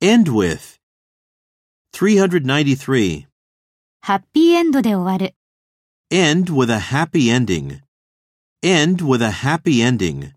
End with. 393. ハッピーエンドで終わる。 End with a happy ending. End with a happy ending.